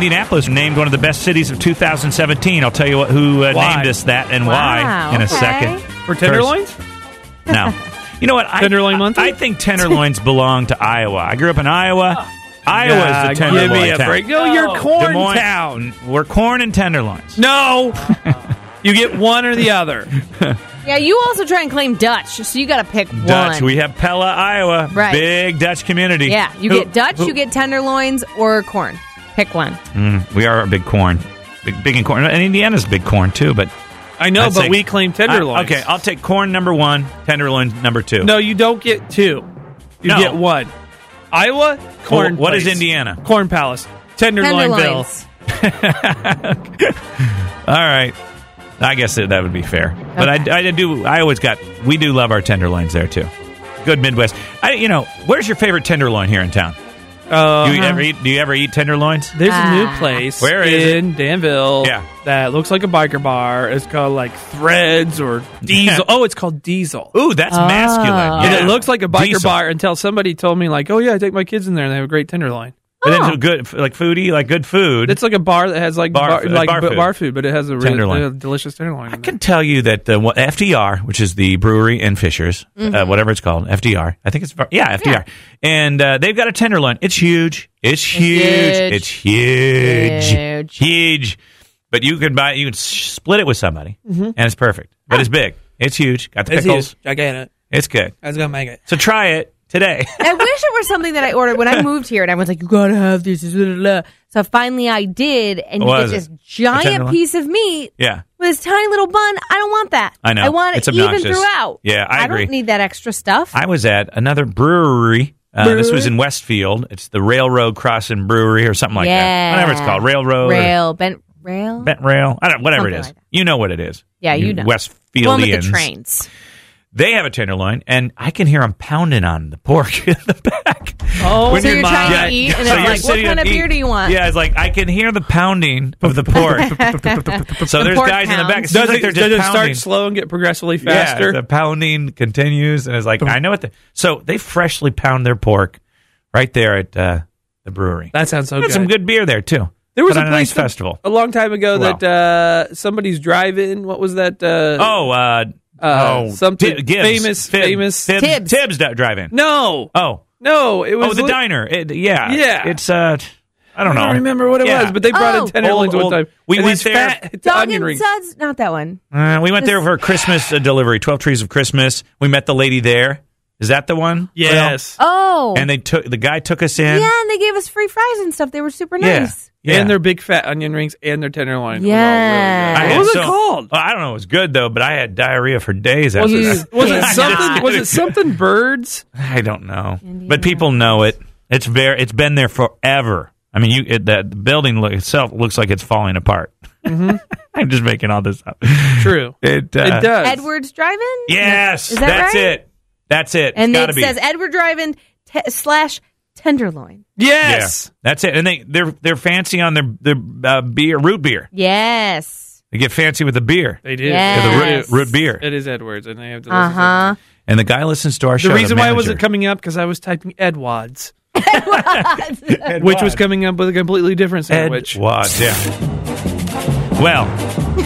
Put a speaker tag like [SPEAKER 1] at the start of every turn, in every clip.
[SPEAKER 1] Indianapolis named one of the best cities of 2017. I'll tell you what, who uh,
[SPEAKER 2] Why?
[SPEAKER 1] named us that and
[SPEAKER 3] Wow,
[SPEAKER 1] why in a
[SPEAKER 3] okay.
[SPEAKER 1] second.
[SPEAKER 2] For tenderloins?
[SPEAKER 1] First- no. You know what? I,
[SPEAKER 2] Tenderloin month?
[SPEAKER 1] I, I think tenderloins belong to Iowa. I grew up in Iowa. Iowa's
[SPEAKER 2] Ah,
[SPEAKER 1] the tenderloin
[SPEAKER 2] Give me a
[SPEAKER 1] town.
[SPEAKER 2] break. No, you're
[SPEAKER 1] Des
[SPEAKER 2] corn
[SPEAKER 1] Moines-
[SPEAKER 2] town.
[SPEAKER 1] We're corn and tenderloins.
[SPEAKER 2] No. you get one or the other.
[SPEAKER 3] Yeah, you also try and claim Dutch, so you got to pick
[SPEAKER 1] Dutch.
[SPEAKER 3] one.
[SPEAKER 1] We have Pella, Iowa.
[SPEAKER 3] Right.
[SPEAKER 1] Big Dutch community.
[SPEAKER 3] yeah, you
[SPEAKER 2] Who-
[SPEAKER 3] get Dutch,
[SPEAKER 2] who-
[SPEAKER 3] you get tenderloins, or corn. Pick one.
[SPEAKER 1] Mm, we are a big corn. Big, big in corn. And Indiana's big corn, too, but.
[SPEAKER 2] I know,
[SPEAKER 1] I'd
[SPEAKER 2] but
[SPEAKER 1] say-
[SPEAKER 2] we claim
[SPEAKER 1] Uh,
[SPEAKER 2] tenderloins.
[SPEAKER 1] okay, I'll take corn number one, tenderloin number two.
[SPEAKER 2] No, you don't get two. You
[SPEAKER 1] No.
[SPEAKER 2] get one. Iowa corn.
[SPEAKER 1] Well, what is
[SPEAKER 2] place.
[SPEAKER 1] Indiana?
[SPEAKER 2] Corn Palace. Tenderloinville.
[SPEAKER 3] Tenderloins.
[SPEAKER 1] All right. I guess that, that would be fair. But I, I do. I always got. We do love our tenderloins there too. Good Midwest. I, you know, where's your favorite tenderloin here in town?
[SPEAKER 2] Uh,
[SPEAKER 1] Do you ever eat? Do you ever eat tenderloins?
[SPEAKER 2] there's a
[SPEAKER 3] Ah.
[SPEAKER 2] new place
[SPEAKER 1] Where is it?
[SPEAKER 2] in Danville
[SPEAKER 1] Yeah.
[SPEAKER 2] that looks like a biker bar. It's called like Threads or Diesel. oh, it's called Diesel.
[SPEAKER 1] Ooh, that's masculine.
[SPEAKER 2] Ah. And
[SPEAKER 1] Yeah.
[SPEAKER 2] it looks like a biker
[SPEAKER 1] Diesel.
[SPEAKER 2] bar until somebody told me like, oh yeah, I take my kids in there and they have a great tenderloin.
[SPEAKER 1] But then
[SPEAKER 2] Oh.
[SPEAKER 1] it's good, like foodie, like good food.
[SPEAKER 2] It's like a bar that has like
[SPEAKER 1] Bar
[SPEAKER 2] bar,
[SPEAKER 1] food-
[SPEAKER 2] like
[SPEAKER 1] bar
[SPEAKER 2] b-
[SPEAKER 1] food.
[SPEAKER 2] bar food, but it has a
[SPEAKER 1] Tenderloin.
[SPEAKER 2] really uh, delicious tenderloin.
[SPEAKER 1] I
[SPEAKER 2] in
[SPEAKER 1] can tell you that the what- FDR, which is the brewery in Fishers, uh, whatever it's called, FDR. I think it's yeah, FDR, and uh, they've got a tenderloin. It's huge. It's huge.
[SPEAKER 3] huge.
[SPEAKER 1] It's huge.
[SPEAKER 3] Huge.
[SPEAKER 1] Huge. But you can buy. You can s- split it with somebody, and it's perfect. But it's big. Mm-hmm. Ah. It's huge. Got the
[SPEAKER 2] there.
[SPEAKER 1] pickles.
[SPEAKER 2] I get it.
[SPEAKER 1] It's good.
[SPEAKER 2] I was gonna make it.
[SPEAKER 1] So try it today.
[SPEAKER 3] I wish it were something that I ordered when I moved here, and everyone's like, "You gotta have this." blah, blah, blah." So finally, I did, and
[SPEAKER 1] What
[SPEAKER 3] you
[SPEAKER 1] is
[SPEAKER 3] get this
[SPEAKER 1] it? A
[SPEAKER 3] giant
[SPEAKER 1] tenderloin?
[SPEAKER 3] piece of meat
[SPEAKER 1] yeah.
[SPEAKER 3] with this tiny little bun. I don't want that.
[SPEAKER 1] I know.
[SPEAKER 3] I want
[SPEAKER 1] It's
[SPEAKER 3] it even
[SPEAKER 1] obnoxious.
[SPEAKER 3] throughout.
[SPEAKER 1] Yeah, I agree.
[SPEAKER 3] don't need that extra stuff.
[SPEAKER 1] I was at another brewery. Uh, this was in Westfield. It's the Railroad Crossing Brewery or something like
[SPEAKER 3] yeah,
[SPEAKER 1] that. Whatever it's called, Railroad. or-
[SPEAKER 3] rail, bent rail.
[SPEAKER 1] bent rail. I don't whatever it
[SPEAKER 3] Something
[SPEAKER 1] is.
[SPEAKER 3] like that.
[SPEAKER 1] you know what it is.
[SPEAKER 3] Yeah, you know.
[SPEAKER 1] Westfieldians.
[SPEAKER 3] One with the trains.
[SPEAKER 1] They have a tenderloin, and I can hear them pounding on the pork in the back.
[SPEAKER 2] Oh,
[SPEAKER 3] So you're trying to eat, and
[SPEAKER 1] so
[SPEAKER 3] it's
[SPEAKER 1] you're
[SPEAKER 3] like, what
[SPEAKER 1] sitting
[SPEAKER 3] kind
[SPEAKER 1] and
[SPEAKER 3] of beer
[SPEAKER 1] eat.
[SPEAKER 3] do you want?
[SPEAKER 1] Yeah, it's like I can hear the pounding of the pork. so there's
[SPEAKER 3] pork
[SPEAKER 1] guys in the back. It
[SPEAKER 3] pounds.
[SPEAKER 1] seems
[SPEAKER 2] does
[SPEAKER 1] like
[SPEAKER 2] it,
[SPEAKER 1] they're
[SPEAKER 2] does
[SPEAKER 1] just
[SPEAKER 2] it
[SPEAKER 1] pounding.
[SPEAKER 2] start slow and get progressively
[SPEAKER 1] Yeah,
[SPEAKER 2] faster?
[SPEAKER 1] the pounding continues, and it's like I know what. The, so they freshly pound their pork right there at uh, the brewery.
[SPEAKER 2] that sounds so
[SPEAKER 1] They had
[SPEAKER 2] good.
[SPEAKER 1] some good beer there too.
[SPEAKER 2] There was
[SPEAKER 1] Put
[SPEAKER 2] a
[SPEAKER 1] on a
[SPEAKER 2] place
[SPEAKER 1] nice
[SPEAKER 2] that-
[SPEAKER 1] festival.
[SPEAKER 2] A long time ago,
[SPEAKER 1] Wow.
[SPEAKER 2] that uh, somebody's drive-in. What was that? Uh,
[SPEAKER 1] Oh, uh,
[SPEAKER 2] Uh,
[SPEAKER 1] oh,
[SPEAKER 2] something
[SPEAKER 1] Ti- Gibbs,
[SPEAKER 2] famous-
[SPEAKER 1] Fib-
[SPEAKER 2] famous-
[SPEAKER 1] Tibbs,
[SPEAKER 3] Tibbs.
[SPEAKER 1] Tibbs di- drive-in.
[SPEAKER 2] no,
[SPEAKER 1] Oh,
[SPEAKER 2] no, it was
[SPEAKER 1] oh, the
[SPEAKER 2] li-
[SPEAKER 1] diner. It- yeah,
[SPEAKER 2] Yeah.
[SPEAKER 1] It's uh, I
[SPEAKER 2] I
[SPEAKER 1] don't know.
[SPEAKER 2] don't remember what it
[SPEAKER 1] Yeah.
[SPEAKER 2] was, but they brought
[SPEAKER 3] Oh.
[SPEAKER 2] in tenderloins
[SPEAKER 1] Old-
[SPEAKER 2] one time.
[SPEAKER 1] old- we
[SPEAKER 2] and
[SPEAKER 1] went
[SPEAKER 2] these
[SPEAKER 1] there-
[SPEAKER 2] Fat
[SPEAKER 3] Dog
[SPEAKER 2] onion
[SPEAKER 3] and
[SPEAKER 2] rings.
[SPEAKER 3] Suds, not that one.
[SPEAKER 1] Uh, we went there for a Christmas uh, delivery. Twelve Trees of Christmas. We met the lady there. Is that the one?
[SPEAKER 2] Yes,
[SPEAKER 3] Oh,
[SPEAKER 1] Well, and they took the guy took us in.
[SPEAKER 3] yeah, and they gave us free fries and stuff. They were super
[SPEAKER 1] Yeah.
[SPEAKER 3] nice.
[SPEAKER 1] Yeah.
[SPEAKER 2] and their big fat onion rings and their tenderloin.
[SPEAKER 3] Yeah.
[SPEAKER 2] was all
[SPEAKER 1] I
[SPEAKER 2] really good.
[SPEAKER 1] had
[SPEAKER 2] what was
[SPEAKER 1] so-
[SPEAKER 2] it called?
[SPEAKER 1] Oh, I don't know. It was good though, but I had diarrhea for days
[SPEAKER 2] Was
[SPEAKER 1] after
[SPEAKER 2] it,
[SPEAKER 1] that.
[SPEAKER 2] was
[SPEAKER 3] Yeah.
[SPEAKER 2] it something? Was it something? Birds?
[SPEAKER 1] I don't know, but people know it. It's very. It's been there forever. I mean, you it, that the building look, itself looks like it's falling apart. I'm just making all this up.
[SPEAKER 2] True.
[SPEAKER 1] It, uh,
[SPEAKER 2] Mm-hmm. It does.
[SPEAKER 3] Edwards Drive-In.
[SPEAKER 1] Yes,
[SPEAKER 3] Is that
[SPEAKER 1] that's
[SPEAKER 3] right?
[SPEAKER 1] it. That's it.
[SPEAKER 3] and
[SPEAKER 1] it's
[SPEAKER 3] it
[SPEAKER 1] gotta be.
[SPEAKER 3] says Edward Drive-In te- slash Tenderloin.
[SPEAKER 2] Yes.
[SPEAKER 1] Yeah, that's it. And they they're they're fancy on their their uh, beer, root beer.
[SPEAKER 3] Yes.
[SPEAKER 1] They get fancy with the beer,
[SPEAKER 2] They did.
[SPEAKER 3] Yeah,
[SPEAKER 1] the root,
[SPEAKER 3] Yes.
[SPEAKER 1] root beer.
[SPEAKER 2] It is Edwards, and they have delicious.
[SPEAKER 3] Uh huh.
[SPEAKER 1] And the guy listens to our show.
[SPEAKER 2] The reason why it wasn't
[SPEAKER 1] manager.
[SPEAKER 2] coming up because I was typing Edwads, which was coming up with a completely different
[SPEAKER 1] Ed
[SPEAKER 2] sandwich.
[SPEAKER 1] Watts, yeah. Well,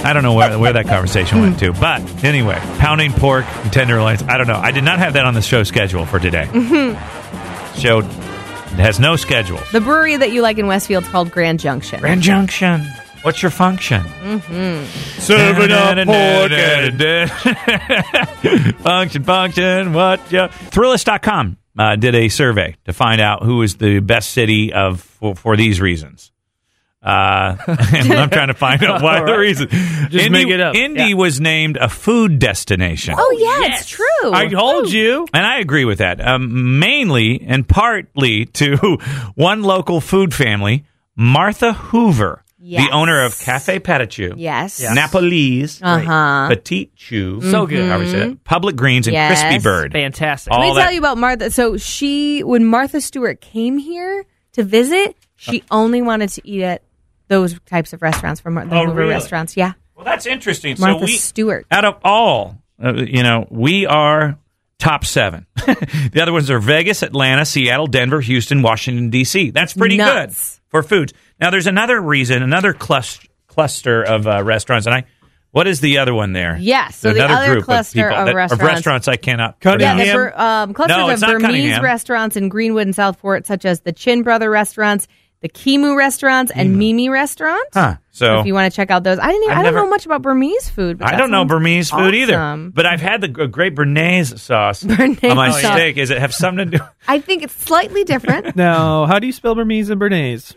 [SPEAKER 1] I don't know where, where that conversation went to, but anyway, pounding pork and tenderloins. I don't know. I did not have that on the show schedule for today. Show has no schedule.
[SPEAKER 3] The brewery that you like in Westfield's called Grand Junction.
[SPEAKER 1] Grand Junction. What's your function?
[SPEAKER 2] Mm-hmm. Serving up pork and-
[SPEAKER 1] function, function. What? Ya? Thrillist.com uh, did a survey to find out who is the best city of for, for these reasons. Uh, and I'm trying to find out why the reason. Just
[SPEAKER 2] make it up.
[SPEAKER 1] Indy
[SPEAKER 2] Yeah.
[SPEAKER 1] was named a food destination.
[SPEAKER 3] oh yeah, it's true.
[SPEAKER 2] I told you.
[SPEAKER 1] And I agree with that, um, mainly and partly to one local food family, Martha Hoover,
[SPEAKER 3] Yes.
[SPEAKER 1] the owner of Cafe Patachou,
[SPEAKER 3] Yes.
[SPEAKER 1] Napoli's,
[SPEAKER 3] Uh-huh. Mm-hmm.
[SPEAKER 1] Petit Chou,
[SPEAKER 2] So good.
[SPEAKER 1] however you say that, Public Greens, and
[SPEAKER 3] Yes.
[SPEAKER 1] Crispy Bird.
[SPEAKER 2] Fantastic.
[SPEAKER 1] All
[SPEAKER 3] Let me
[SPEAKER 1] that-
[SPEAKER 3] tell you about Martha. So she, when Martha Stewart came here to visit, she only wanted to eat at those types of restaurants from Mar- the
[SPEAKER 1] Oh,
[SPEAKER 3] Hoover
[SPEAKER 1] really?
[SPEAKER 3] restaurants. Yeah,
[SPEAKER 1] Well, that's interesting.
[SPEAKER 3] Martha
[SPEAKER 1] so we,
[SPEAKER 3] Stewart.
[SPEAKER 1] out of all, uh, you know, we are top seven. the other ones are Vegas, Atlanta, Seattle, Denver, Houston, Washington, D.C. That's pretty
[SPEAKER 3] Nuts.
[SPEAKER 1] good for foods. Now, there's another reason, another clus- cluster of uh, restaurants, and I. What is the other one there?
[SPEAKER 3] Yes, so the
[SPEAKER 1] another
[SPEAKER 3] other
[SPEAKER 1] group
[SPEAKER 3] cluster
[SPEAKER 1] of, people
[SPEAKER 3] of
[SPEAKER 1] that-
[SPEAKER 3] restaurants.
[SPEAKER 1] I cannot.
[SPEAKER 2] Cunningham.
[SPEAKER 3] Yeah,
[SPEAKER 1] pronounce.
[SPEAKER 3] the Bur- um, clusters
[SPEAKER 1] No, it's
[SPEAKER 3] of
[SPEAKER 1] not
[SPEAKER 3] Burmese
[SPEAKER 1] Cunningham.
[SPEAKER 3] restaurants in Greenwood and Southport, such as the Chin Brother restaurants, the Kimu restaurants, and Mimi restaurant.
[SPEAKER 1] Huh. So
[SPEAKER 3] If you want to check out those, I didn't. Even,
[SPEAKER 1] I've
[SPEAKER 3] I don't
[SPEAKER 1] never-
[SPEAKER 3] know much about Burmese food. But
[SPEAKER 1] I
[SPEAKER 3] that
[SPEAKER 1] don't know
[SPEAKER 3] sounds
[SPEAKER 1] Burmese food either,
[SPEAKER 3] awesome.
[SPEAKER 1] but I've had the g- great Bernaise sauce
[SPEAKER 3] Bernaise
[SPEAKER 1] on my
[SPEAKER 3] sauce.
[SPEAKER 1] steak. Is it have something to do?
[SPEAKER 3] I think it's slightly different.
[SPEAKER 2] Now, how do you spell Burmese and Bernays?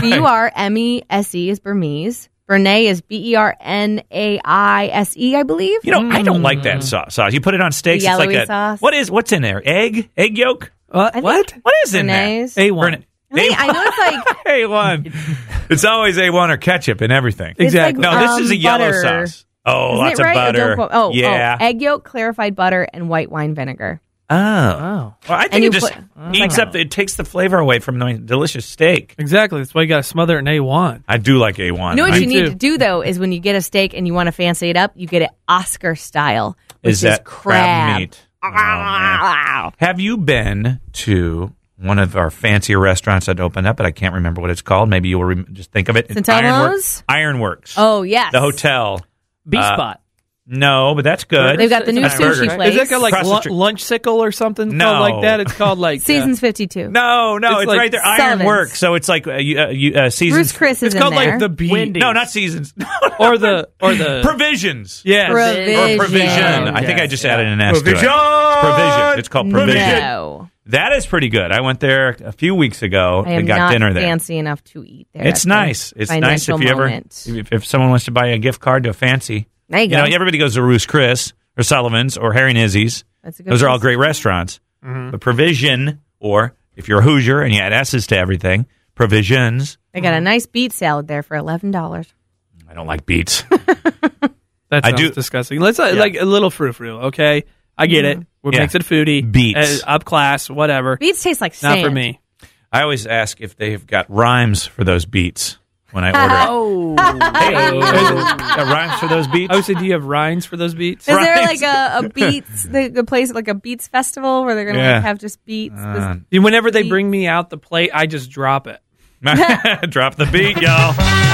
[SPEAKER 3] B U R M E S E is Burmese. Bernay is B E R N A I S E, I believe.
[SPEAKER 1] You know, I don't like
[SPEAKER 2] Mm.
[SPEAKER 1] that sauce. Sauce. You put it on steaks.
[SPEAKER 3] The
[SPEAKER 1] It's like
[SPEAKER 3] yellowy
[SPEAKER 1] a
[SPEAKER 3] sauce.
[SPEAKER 1] what is what's in there? Egg, egg yolk.
[SPEAKER 2] What? Uh,
[SPEAKER 3] think-
[SPEAKER 2] what?
[SPEAKER 1] What is in
[SPEAKER 3] Bernaise.
[SPEAKER 1] there?
[SPEAKER 2] A one.
[SPEAKER 1] Berna-
[SPEAKER 3] I, think- I know it's like
[SPEAKER 1] A one. It's always A one or ketchup and everything.
[SPEAKER 3] It's like,
[SPEAKER 1] No, this
[SPEAKER 3] um,
[SPEAKER 1] is a yellow
[SPEAKER 3] butter.
[SPEAKER 1] sauce. Oh,
[SPEAKER 3] Isn't
[SPEAKER 1] lots
[SPEAKER 3] it right?
[SPEAKER 1] of
[SPEAKER 3] Or
[SPEAKER 1] butter.
[SPEAKER 3] don't quote- Oh, oh,
[SPEAKER 1] yeah.
[SPEAKER 3] egg yolk, clarified butter, and white wine vinegar.
[SPEAKER 1] Oh.
[SPEAKER 2] Oh,
[SPEAKER 1] Well, I think it
[SPEAKER 3] And you
[SPEAKER 1] just
[SPEAKER 3] put-
[SPEAKER 1] eats up. It takes the flavor away from the delicious steak.
[SPEAKER 2] exactly. That's why you got to smother it in A1.
[SPEAKER 1] I do like A one.
[SPEAKER 3] You know what
[SPEAKER 1] I
[SPEAKER 3] you need
[SPEAKER 2] too.
[SPEAKER 3] to do though is when you get a steak and you want to fancy it up, you get it Oscar style, which
[SPEAKER 1] is
[SPEAKER 3] is,
[SPEAKER 1] that
[SPEAKER 3] crab.
[SPEAKER 1] meat. Oh, man. Have you been to one of our fancier restaurants that opened up, but I can't remember what it's called. Maybe you will rem just think of it. It's
[SPEAKER 3] Centello's?
[SPEAKER 1] Ironworks. Ironworks.
[SPEAKER 3] Oh yes,
[SPEAKER 1] The hotel.
[SPEAKER 4] B
[SPEAKER 1] Uh,
[SPEAKER 4] spot.
[SPEAKER 1] No, but that's good.
[SPEAKER 3] They've got the new
[SPEAKER 1] That's burger.
[SPEAKER 3] sushi
[SPEAKER 1] Right.
[SPEAKER 3] place.
[SPEAKER 2] Is that got like
[SPEAKER 1] Across the
[SPEAKER 2] lu-
[SPEAKER 1] street.
[SPEAKER 2] lunch sickle or something
[SPEAKER 1] No.
[SPEAKER 2] called like that? It's called like uh,
[SPEAKER 3] Seasons fifty two?
[SPEAKER 1] no, no, it's,
[SPEAKER 2] It's like
[SPEAKER 1] right there.
[SPEAKER 3] Sullivan's.
[SPEAKER 1] Ironworks. So it's like uh, you, uh, you, uh, seasons.
[SPEAKER 3] Bruce Chris is
[SPEAKER 2] it's called
[SPEAKER 3] in there.
[SPEAKER 2] like the B
[SPEAKER 4] Wendy.
[SPEAKER 1] No, not seasons.
[SPEAKER 2] or the or the
[SPEAKER 1] provisions.
[SPEAKER 2] yeah
[SPEAKER 1] Or
[SPEAKER 3] Provision.
[SPEAKER 1] provision. I think I just added an S to it. Provision. It's called provision.
[SPEAKER 3] no,
[SPEAKER 1] That is pretty good. I went there a few weeks ago
[SPEAKER 3] I am
[SPEAKER 1] and got
[SPEAKER 3] not
[SPEAKER 1] dinner there.
[SPEAKER 3] fancy enough to eat there.
[SPEAKER 1] It's
[SPEAKER 3] at the
[SPEAKER 1] nice. It's nice
[SPEAKER 3] financial
[SPEAKER 1] if you ever
[SPEAKER 3] moment.
[SPEAKER 1] if, if someone wants to buy a gift card to a fancy.
[SPEAKER 3] There you
[SPEAKER 1] You know,
[SPEAKER 3] go.
[SPEAKER 1] everybody goes to Roos Chris or Sullivan's or Harry and Izzy's.
[SPEAKER 3] That's a good
[SPEAKER 1] Those are all
[SPEAKER 3] place.
[SPEAKER 1] great restaurants. But Provision, or if you're a Hoosier and you add S's to everything, Provisions.
[SPEAKER 3] I got a nice beet salad there for eleven dollars.
[SPEAKER 1] I don't like beets.
[SPEAKER 2] That
[SPEAKER 1] I
[SPEAKER 2] sounds
[SPEAKER 1] do-
[SPEAKER 2] disgusting. Let's uh, like a little frou frou. Okay, I get it. What
[SPEAKER 1] Mm-hmm. Yeah.
[SPEAKER 2] makes it foodie?
[SPEAKER 1] Beets.
[SPEAKER 2] uh, up class, whatever.
[SPEAKER 3] Beets taste like
[SPEAKER 2] Not
[SPEAKER 3] sand.
[SPEAKER 2] for me.
[SPEAKER 1] I always ask if they've got rhymes for those beets when I order.
[SPEAKER 4] Oh.
[SPEAKER 1] hey, oh, got rhymes for those beets?
[SPEAKER 2] I would say, do you have rinds for those beets?
[SPEAKER 3] Is there
[SPEAKER 1] Right.
[SPEAKER 3] like a, a beets the, the place like a beets festival where they're gonna
[SPEAKER 1] Yeah.
[SPEAKER 3] like have just beets? this-
[SPEAKER 1] Uh,
[SPEAKER 2] Whenever they bring me out the plate, I just drop it.
[SPEAKER 1] Drop the beat, y'all.